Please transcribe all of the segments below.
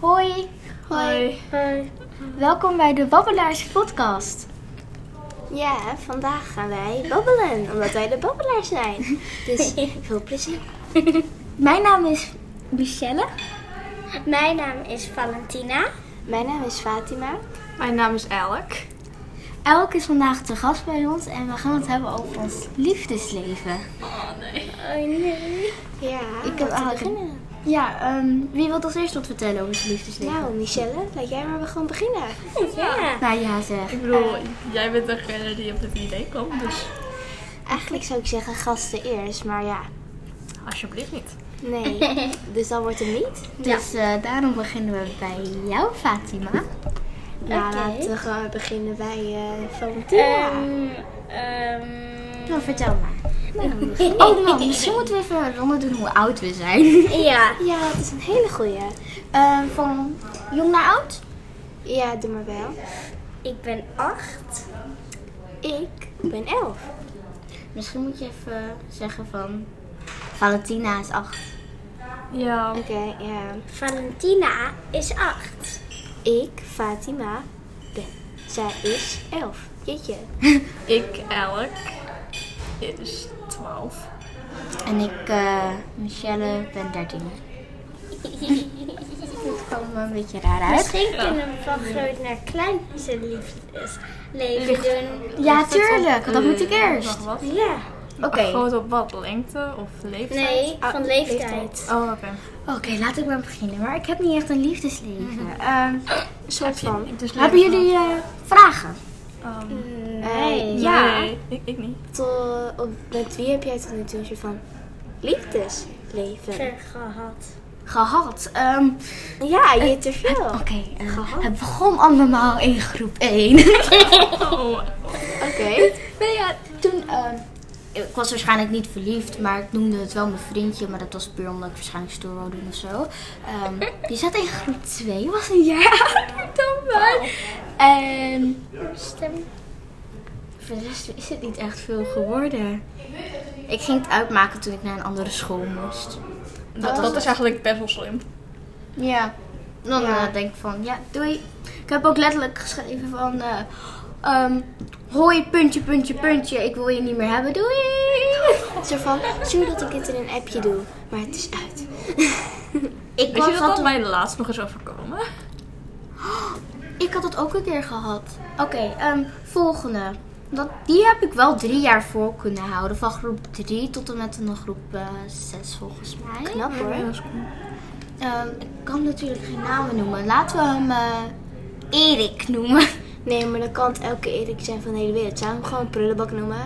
Hoi. Hoi. Welkom bij de Babbelaars podcast. Ja, vandaag gaan wij babbelen, omdat wij de babbelaars zijn. Dus veel plezier. Mijn naam is Michelle. Mijn naam is Valentina. Mijn naam is Fatima. Mijn naam is Elk. Elke is vandaag te gast bij ons en we gaan het hebben over ons liefdesleven. Ja, Ik heb eigenlijk- beginnen. Ja, ehm, wie wil als eerst wat vertellen over zijn liefdesleven? Nou, Michelle, laat jij maar gewoon beginnen. Ja. Nou ja, zeg. Ik bedoel, jij bent degene die op het idee kwam, dus Eigenlijk zou ik zeggen gasten eerst, maar ja, alsjeblieft niet. nee. Dus dan wordt het niet. Dus eh, daarom beginnen we bij jou, Fatima. Ja, Nou, Oké. laten we gewoon beginnen bij eh, Valentina. Nou, vertel maar. Ehm. Oh man, misschien moeten we even een ronde doen hoe oud we zijn. ja. Ja, het is een hele goeie. Eh, van jong naar oud? Ja, doe maar wel. Ik ben acht. Ik ben elf. Misschien moet je even zeggen van... Valentina is acht. Ja, Oké, ja. Valentina is acht. Ik, Fatima, ben. Zij is elf. Jeetje. ik, Elk, is 12. En ik, eh, Michelle, ben 13. Het kwam een beetje raar uit. Misschien kunnen we van groot naar klein zijn liefdesleven doen. Ja, tuurlijk. Dat Mm. moet ik eerst. Eh, Wacht, wat? Ja. Oké. Groot op wat? Lengte of leeftijd? Nee, van leeftijd. Oh, oké. Oké, laat ik maar beginnen. Maar ik heb niet echt een liefdesleven. Ehm, Een soort van. Dus hebben leeftijd. jullie eh, vragen? Ehm, Hey. Ja. Nee, ik, ik niet. Tot, of met wie heb jij tot nu toe een soort van liefdesleven? eh, Gehad. Gehad. Ehm, Ja, je te veel. Oké, Oké, eh, Gehad? het begon allemaal in groep 1. Oh, Nee, ja, toen... ehm, ik was waarschijnlijk niet verliefd, maar ik noemde het wel mijn vriendje. Maar dat was puur omdat ik waarschijnlijk stoer wou doen of zo. Ehm, die zat in groep 2, was een jaar ouder dan mij. En Stem. voor de rest is het niet echt veel geworden. Ik ging het uitmaken toen ik naar een andere school moest. dat, dat is eigenlijk best wel slim. Ja. Dan eh, denk ik van, ja, doei. Ik heb ook letterlijk geschreven van... eh, ehm, hoi, puntje, puntje, puntje. Ik wil je niet meer hebben. Doei! Zo van, sorry dat ik dit in een appje doe, maar het is uit. Ik, Weet je was dat dat dat mij laatst nog eens overkomen? ik had het ook een keer gehad. Oké, ehm, volgende. Dat, die heb ik wel drie jaar voor kunnen houden. Van groep 3 tot en met een groep 6 volgens mij. Knap hoor. Ehm, ik kan natuurlijk geen namen noemen. Laten we hem eh, Erik noemen. Nee, maar dan kan het elke Erik zijn van de hele wereld. Zou hem gewoon prullenbak noemen?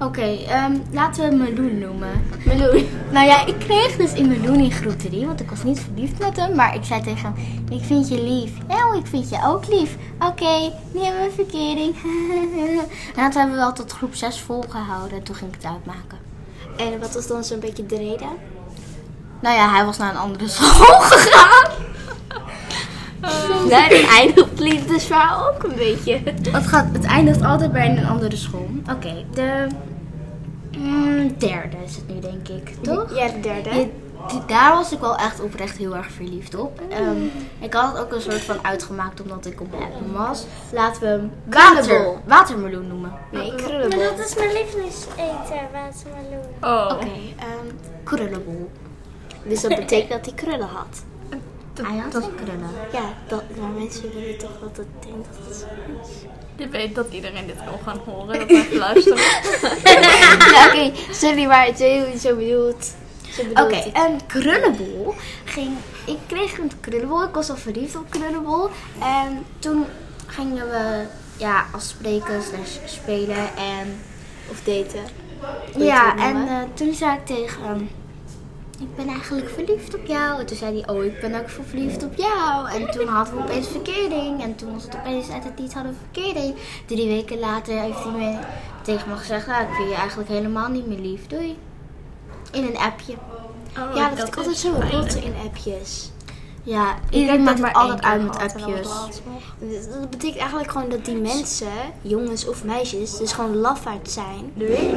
Oké, ehm, laten we Meloen noemen. Meloen. Nou ja, ik kreeg dus in Meloen in groep 3, want ik was niet verliefd met hem. Maar ik zei tegen hem, ik vind je lief. Oh, ik vind je ook lief. Oké, nu hebben we verkering. en dat hebben we wel tot groep 6 volgehouden. Toen ging ik het uitmaken. En wat was dan zo'n beetje de reden? Nou ja, hij was naar een andere school gegaan. Nou, dat eindigt liefdesverhaal dus ook een beetje. Het, gaat, het eindigt altijd bij een andere school. Oké, de mm, derde is het nu denk ik, toch? Ja, de derde. Ja, d- daar was ik wel echt oprecht heel erg verliefd op. Ehm, ik had het ook een soort van uitgemaakt omdat ik op hem was. Laten we hem water, Krullebol. watermeloen noemen. Nee, Maar krullenbol. dat is mijn lievelingseten, watermeloen. Oh, Oké, ehm, krullenbol. Dus dat betekent dat hij krullen had. Hij had wel krullen. Ja, dat, maar mensen willen toch altijd denken dat het... je weet dat iedereen dit wil gaan horen, dat blijft luisteren. Ja, oké, sorry, maar het is heel zo bedoeld. Zo bedoeld. Oké, een krullenbol ging... Ik kreeg een krullenbol, ik was al verliefd op krullenbol. En toen gingen we ja, afspreken slash spelen en... Of daten. Hoe je Ja, het wil en noemen. eh, toen zei ik tegen hem, ik ben eigenlijk verliefd op jou. En toen zei hij, oh, ik ben ook verliefd op jou. En toen hadden we opeens verkering. En toen was het opeens uit het niet hadden we verkering. Drie weken later heeft hij me tegen me gezegd, nou, ik vind je eigenlijk helemaal niet meer lief. Doei. In een appje. Oh, ja, dat, vind ik altijd is zo pijnlijk. rot in appjes. Ja, iedereen maakt het altijd uit met appjes. Dat dat betekent eigenlijk gewoon dat die mensen, jongens of meisjes, dus gewoon lafaard zijn.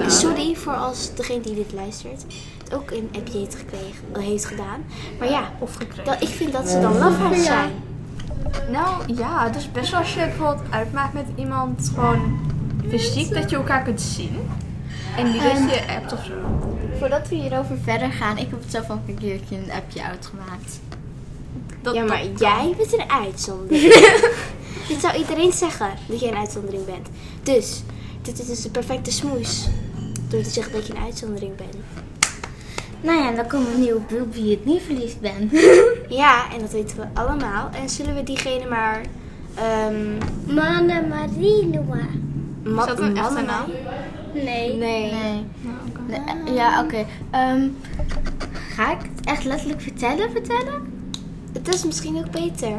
Sorry voor als degene die dit luistert het ook een appje heeft, gekregen, heeft gedaan. Maar ja, Of gekregen. dat, ik vind dat ze dan lafaard zijn. Nou ja, dus best wel als je bijvoorbeeld uitmaakt met iemand gewoon fysiek dat je elkaar kunt zien. En niet dat je appt of zo. Voordat we hierover verder gaan, ik heb het zelf ook een keertje een appje uitgemaakt. Dat, Ja, maar dat- jij bent een uitzondering. dit zou iedereen zeggen, dat je een uitzondering bent. Dus, dit is dus de perfecte smoes. Door te zeggen dat je een uitzondering bent. Nou ja, dan komen we nu op hoe- wie het niet verliefd bent. Ja, en dat weten we allemaal. En zullen we diegene maar... ehm Manne Marie Noa. ma- Is dat een echte mannen- naam? Nee. Nee. Nee. Nee, Ja, oké. Ehm, ga ik het echt letterlijk vertellen, vertellen? Het is misschien ook beter.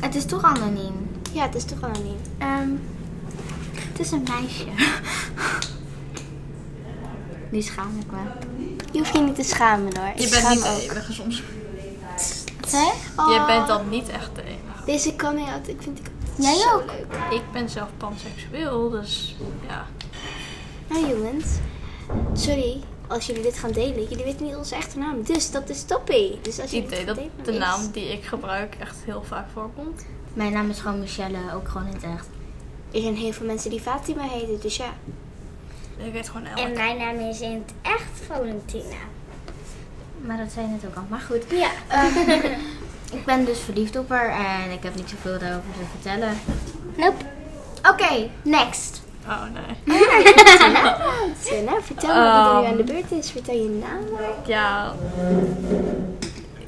Het is toch anoniem. Ja, het is toch anoniem. Ehm, het is een meisje. Nu schaam ik me. Je hoeft je niet te schamen hoor. Ik Je bent schaam niet me de ook. enige soms. Zeg? Je Oh, bent dan niet echt de enige. Deze coming out, ik vind ik Jij zo ook? leuk. Ik ben zelf panseksueel, dus ja. Nou jongens, sorry als jullie dit gaan delen. Jullie weten niet onze echte naam, dus dat is toppie. Dus als Het jullie idee dit dat gaan delen, de is- naam die ik gebruik echt heel vaak voorkomt. Mijn naam is gewoon Michelle, ook gewoon in het echt. Er zijn heel veel mensen die Fatima heten, dus ja. Ik weet gewoon elke. En mijn naam is in het echt Valentina. Maar dat zei je net ook al. Maar goed. Ja. Ik ben dus verliefd op haar en ik heb niet zoveel daarover te vertellen. Nope. Oké, next. Oh nee. Zo, nou, vertel me wie er nu Ehm. aan de beurt is. Vertel je naam maar. Ja.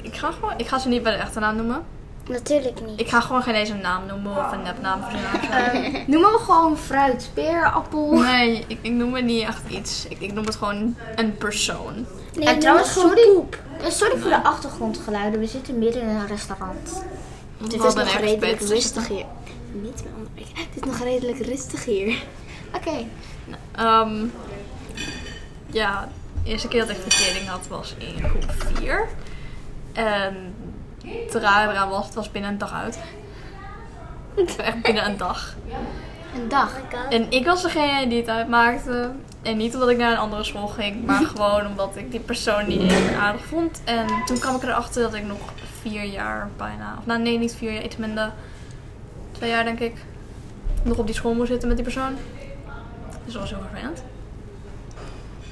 Ik ga gewoon, ik ga ze niet bij de echte naam noemen. Natuurlijk niet. Ik ga gewoon geen eens een naam noemen of een nepnaam voor een naam. Noem hem gewoon fruit, peer, appel. Nee, ik, ik noem het niet echt iets. Ik, ik noem het gewoon een persoon. Nee, en trouwens, noem het sorry, gewoon eh, sorry voor de achtergrondgeluiden. We zitten midden in een restaurant. Want Het ik is had nog een redelijk ergens beter. rustig hier. Niet meer onderbreken. Het is nog redelijk rustig hier. Oké. Ehm, ja, de eerste keer dat ik verkering had was in groep 4. En het rare eraan was, het was binnen een dag uit. Het was Echt binnen een dag. Een dag. En ik was degene die het uitmaakte. En niet omdat ik naar een andere school ging, maar gewoon omdat ik die persoon niet echt aardig vond. En toen kwam ik erachter dat ik nog vier jaar bijna, of nou nee, niet vier jaar, iets minder, twee jaar denk ik, nog op die school moest zitten met die persoon. Dus dat was heel vervelend.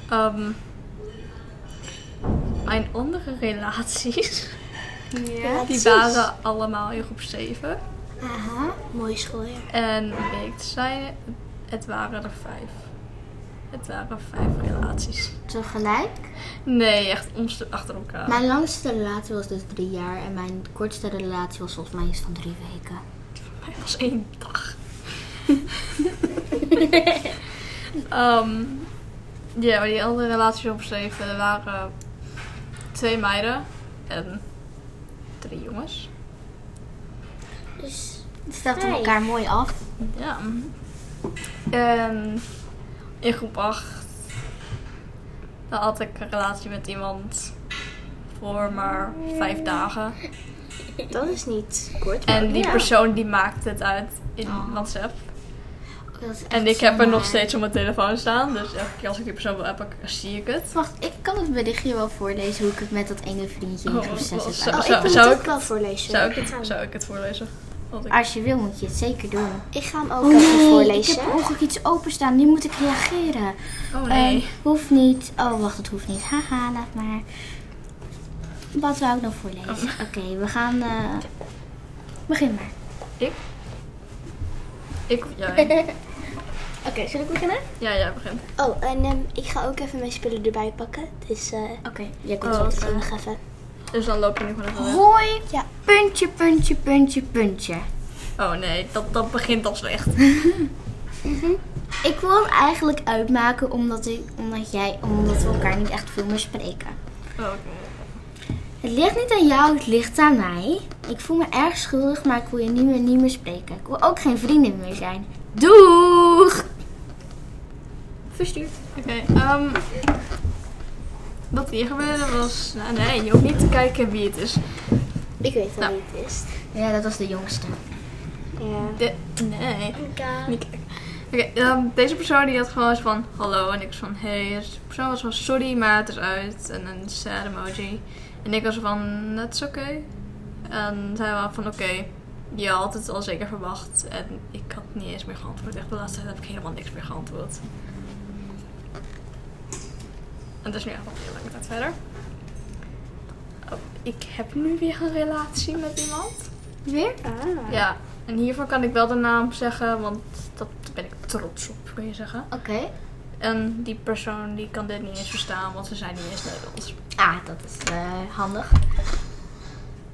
Ehm, mijn andere relaties, Ja, die waren allemaal in groep 7. Aha. Mooi school, ja. En weet ik te zijn, het waren er vijf. Het waren vijf relaties. Tegelijk. Nee, echt ons achter elkaar. Mijn langste relatie was dus drie jaar. En mijn kortste relatie was volgens mij iets van drie weken. Mij was één dag. Ehm, ja, maar die andere relaties opschreven, er waren twee meiden en drie jongens. Dus Het stelt Hey. elkaar mooi af. Ja. En in groep 8 dan had ik een relatie met iemand voor maar vijf dagen. Dat is niet kort. maar En die ja. persoon die maakte het uit in Oh. WhatsApp. Dat is echt En ik heb er nog zonde. steeds op mijn telefoon staan. Dus elke keer als ik die persoon wil appen, zie ik het. Wacht, ik kan het berichtje wel voorlezen hoe ik het met dat ene vriendje in Oh, groep wel, 6 zo- heb. Oh, uit- Zou- ik moet zou het ik- ook wel voorlezen. Zou ik het, zou ik het voorlezen? Want ik- Als je wil moet je het zeker doen. Ik ga hem ook even Oh, ik voorlezen. heb ongeluk iets openstaan. Nu moet ik reageren. Ah, Oh nee. Ehm, hoeft niet. Oh, wacht, het hoeft niet. Haha, laat maar. Wat wou ik nog voorlezen? Oké, we gaan... eh, Begin maar. ik? Ik of jij? Oké, zullen we beginnen? ja, jij begint. Oh, en ehm, ik ga ook even mijn spullen erbij pakken. Dus eh, Oké, jij ik komt zal zo het terug. gewoon nog even. Dus dan loop je nu Oh. gewoon even weg. Oh. Hoi, puntje, puntje, puntje, puntje. Oh nee, dat, dat begint al slecht. Ik wil het eigenlijk uitmaken omdat, ik, omdat, jij, omdat we elkaar niet echt veel meer spreken. Oh, Oké. Het ligt niet aan jou, het ligt aan mij. Ik voel me erg schuldig, maar ik wil je niet meer, niet meer spreken. Ik wil ook geen vriendin meer zijn. Doeg! Verstuurd. Oké, ehm, wat hier gebeurde was... Nou nee, je hoeft niet te kijken wie het is. Ik weet wel Nou. wie het is. Ja, dat was de jongste. Ja. De- nee. Annika. Niet- Oké, ehm, deze persoon die had gewoon zo van hallo en ik was van hey. Dus de persoon was van sorry, maar het is uit. En een sad emoji. En ik was van dat is oké. En zij was van oké. Je had het al zeker verwacht. En ik had niet eens meer geantwoord. Echt de laatste tijd heb ik helemaal niks meer geantwoord. En dat is nu echt al heel lang tijd verder. Oh, ik heb nu weer een relatie met iemand. Weer? Ah. Ja, en hiervan kan ik wel de naam zeggen, want dat daar ben ik trots op, kun je zeggen. Oké. En die persoon die kan dit niet eens verstaan, want ze zijn niet eens Nederlands. Ah, dat is eh, handig.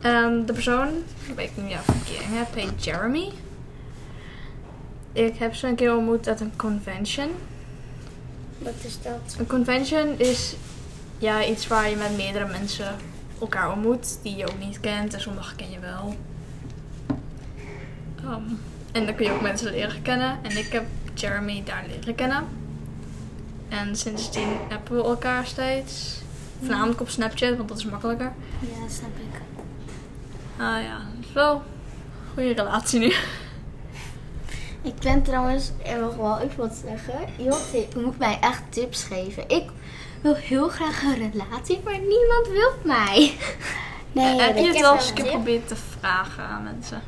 En de persoon, ik weet niet of ik je heb, heet Jeremy. Ik heb ze een keer ontmoet at een convention. Wat is dat? Een convention is ja, iets waar je met meerdere mensen elkaar ontmoet die je ook niet kent en sommige ken je wel. Ehm, en dan kun je ook mensen leren kennen. En ik heb Jeremy daar leren kennen. En sindsdien appen we elkaar steeds. Voornamelijk op Snapchat, want dat is makkelijker. Ja, snap ik. Ah ja, dat is wel een goede relatie nu. Ik ben trouwens, eh, er nog wel even wat zeggen. Joh, je moet mij echt tips geven. Ik wil heel graag een relatie, maar niemand wil mij. Nee, heb je dat, het wel eens een keer geprobeerd te vragen aan mensen?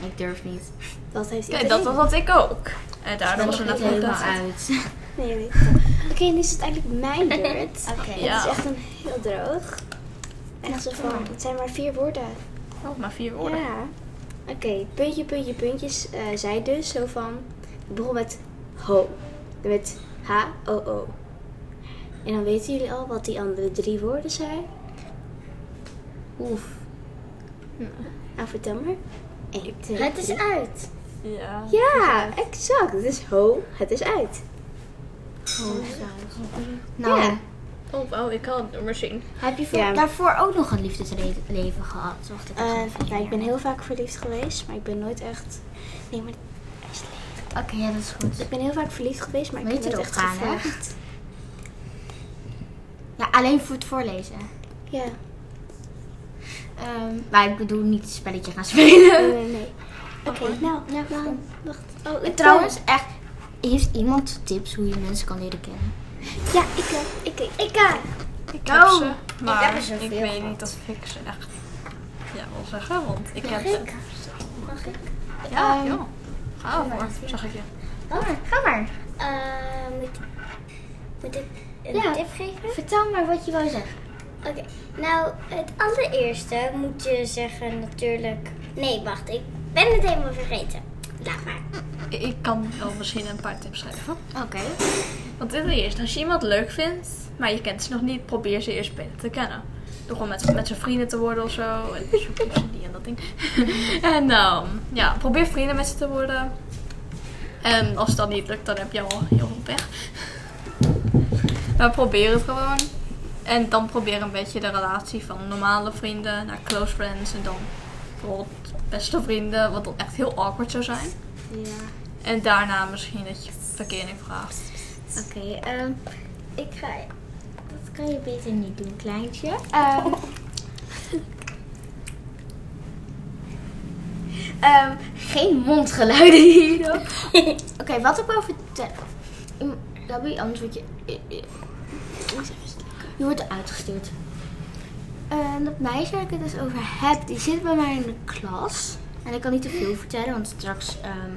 Ik durf niet. dat heeft Kijk, iedereen. dat had ik ook. En daardoor was er net het een helemaal relatie. uit. Nee, weet ik wel. Oké, nu is het eigenlijk mijn beurt. Oké. Ja. Het is echt een heel droog. En zo van, het zijn maar vier woorden. Oh, maar vier woorden. Ja. Oké, puntje, puntje, puntjes. eh zij dus zo van. Ik begon met ho. Dan Met H-O-O. En dan weten jullie al wat die andere drie woorden zijn. Oef. Nou, vertel maar. Eén, twee, Het is drie. uit. Ja. Ja, exact. Het is ho. Het is uit. Nou, Oh, Ja. Oh, wauw, ik kan het nummer zien. heb je voor- Ja. daarvoor ook nog een liefdesleven gehad? Wacht ik Eh, even vier ja, ik jaar. ben heel vaak verliefd geweest, maar ik ben nooit echt. Nee, maar Oké, ja, dat is goed. ik ben heel vaak verliefd geweest, maar ik Weet ben je nooit dat echt gaan, hè? gevraagd. Ja, alleen voor het voorlezen. Ja. Ehm, maar ik bedoel niet het spelletje gaan spelen. Eh, nee. Oké, nou, Ja, nou, wacht. Oh, ik Trouwens, echt, heeft iemand tips hoe je mensen kan leren kennen? Ja, ik, eh, ik, ik, ik, eh, Ik heb Oh, ze, heb maar er ik, zoveel weet van. niet of ik ze echt ja, wil zeggen, want ik heb ik? ze. Ja, Ehm, joh. Ga ervoor, zag ik je. Ga maar, ga maar. Oh. Eh, moet, moet ik een Ja. tip geven? Vertel maar wat je wou zeggen. Oké, nou het allereerste moet je zeggen natuurlijk... Nee, wacht, ik ben het helemaal vergeten. Laat maar. Ik- Ik kan wel misschien een paar tips geven. Oké. Want ten eerste, als je iemand leuk vindt, maar je kent ze nog niet, probeer ze eerst beter te kennen. Door gewoon met, met zijn vrienden te worden of zo. En zoek eens die en dat ding. en ehm, ja, probeer vrienden met ze te worden. En als dat niet lukt, dan heb je al heel veel pech. maar probeer het gewoon. En dan probeer een beetje de relatie van normale vrienden naar close friends. En dan bijvoorbeeld beste vrienden, wat dan echt heel awkward zou zijn. Ja. En daarna misschien dat je verkering vraagt. Oké, ehm, ik ga. Dat kan je beter niet doen, kleintje. Ehm, ehm, geen mondgeluiden hierop. Oké, wat ik wil vertellen. Gabi, anders word je. Je wordt uitgestuurd. Ehm, dat meisje waar ik het dus over heb, die zit bij mij in de klas. En ik kan niet te veel vertellen, want straks ehm,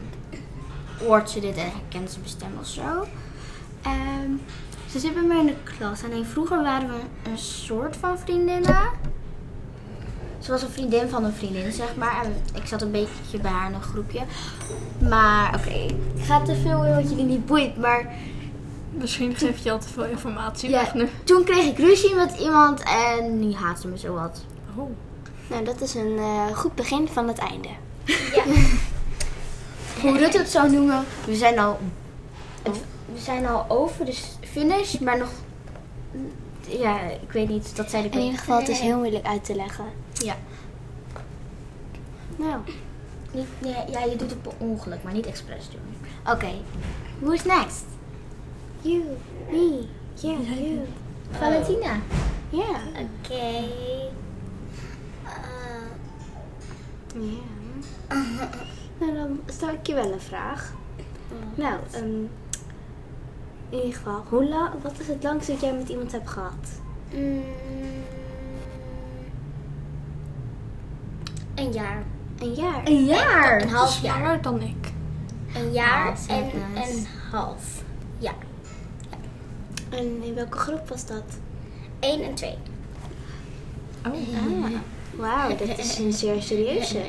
hoort ze dit en herkent ze mijn stem of zo. Ehm, ze zit bij mij in de klas. Alleen vroeger waren we een soort van vriendinnen. Ze was een vriendin van een vriendin, zeg maar. En ik zat een beetje bij haar in een groepje. Maar oké, ik ga te veel in wat jullie niet boeit. Maar Misschien geef je al te veel informatie ja, weg nu. toen kreeg ik ruzie met iemand en nu haat ze me zo wat. Oh. Nou, dat is een eh, goed begin van het einde. Hoe Rutte het zou noemen, we zijn al, Oh. het- we zijn al over de s- finish, maar nog... Ja, ik weet niet, dat zei ik In ieder geval, het is heel moeilijk uit te leggen. Ja. Nou, Niet, ja, ja, je doet het per ongeluk, maar niet expres doen. Oké, who's next? you, me, you, you. Valentina. Ja. Oké. Eh, Ja. nou, dan stel ik je wel een vraag. Nou, ehm, in ieder geval, hoe la- wat is het langst dat jij met iemand hebt gehad? Mm, een jaar. Een jaar. Een jaar. Een half jaar. Langer dus dan ik. Een jaar Ah, en nice. een half jaar. En in welke groep was dat? Eén en twee. Oh. Wauw, dat is een zeer serieuze.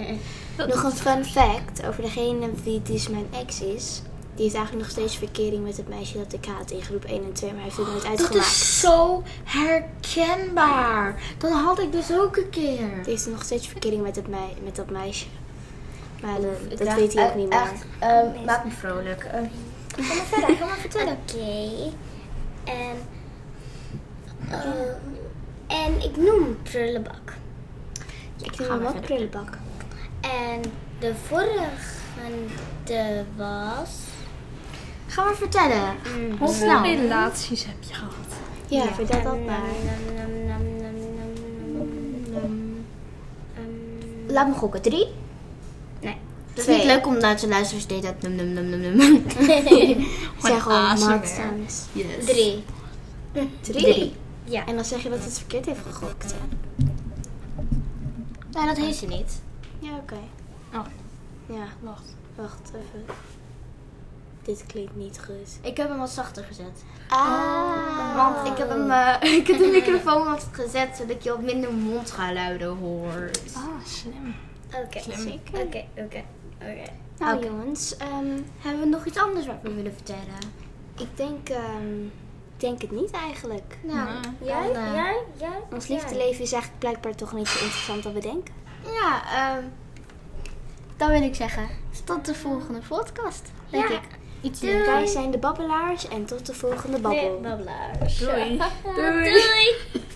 Nog een fun fact over degene die, die is mijn ex is. Die heeft eigenlijk nog steeds verkering met het meisje dat ik haat in groep 1 en 2, maar hij heeft het nooit Dat uitgemaakt. is zo herkenbaar. Dat had ik dus ook een keer. Die heeft nog steeds verkering met, het mei- met dat meisje. Maar eh, dat Ja, weet hij ook eh, niet meer. Echt, ehm, maakt me vrolijk. Eh, kom maar verder, kom maar Oké. vertellen. En, eh, en ik noem prullenbak. Ik Gaan vind hem we ook verder. prullenbak. En de vorige was. Ga maar vertellen. Mm, Hoe Hoeveel snel? relaties heb je gehad? Ja, vertel dat maar. nam, nam, nam, nam, nam, nam, nam. Ehm, Laat me gokken. Drie? Nee. Het is Twee. niet leuk om naar te luisteren als je deed dat num num num num num. Zeg gewoon ASMR. marktstanders. Yes. Drie. Drie. Drie. Ja. En dan zeg je dat het verkeerd heeft gegokt, hè? Nee, dat heeft ze niet. Ja, oké. Oh, Ja, wacht. wacht even. Dit klinkt niet goed. Ik heb hem wat zachter gezet. Ah. Want ik heb, hem, eh, ik heb de microfoon wat gezet zodat je wat minder mondgeluiden hoort. Ah, slim. Oké. Zeker. Oké, oké, oké. Nou Oké. jongens, ehm, Hebben we nog iets anders wat we willen vertellen? ik denk, ehm, ik denk het niet eigenlijk. Nou, Nee. Jij, dan, eh, jij, jij? Ons jij. liefdeleven is eigenlijk blijkbaar toch niet zo interessant dan we denken. Ja, ehm dan wil ik zeggen, is tot de volgende podcast, denk ik. Iets Dus Wij zijn de babbelaars en tot de volgende babbel. Nee, babbelaars. Doei. Doei.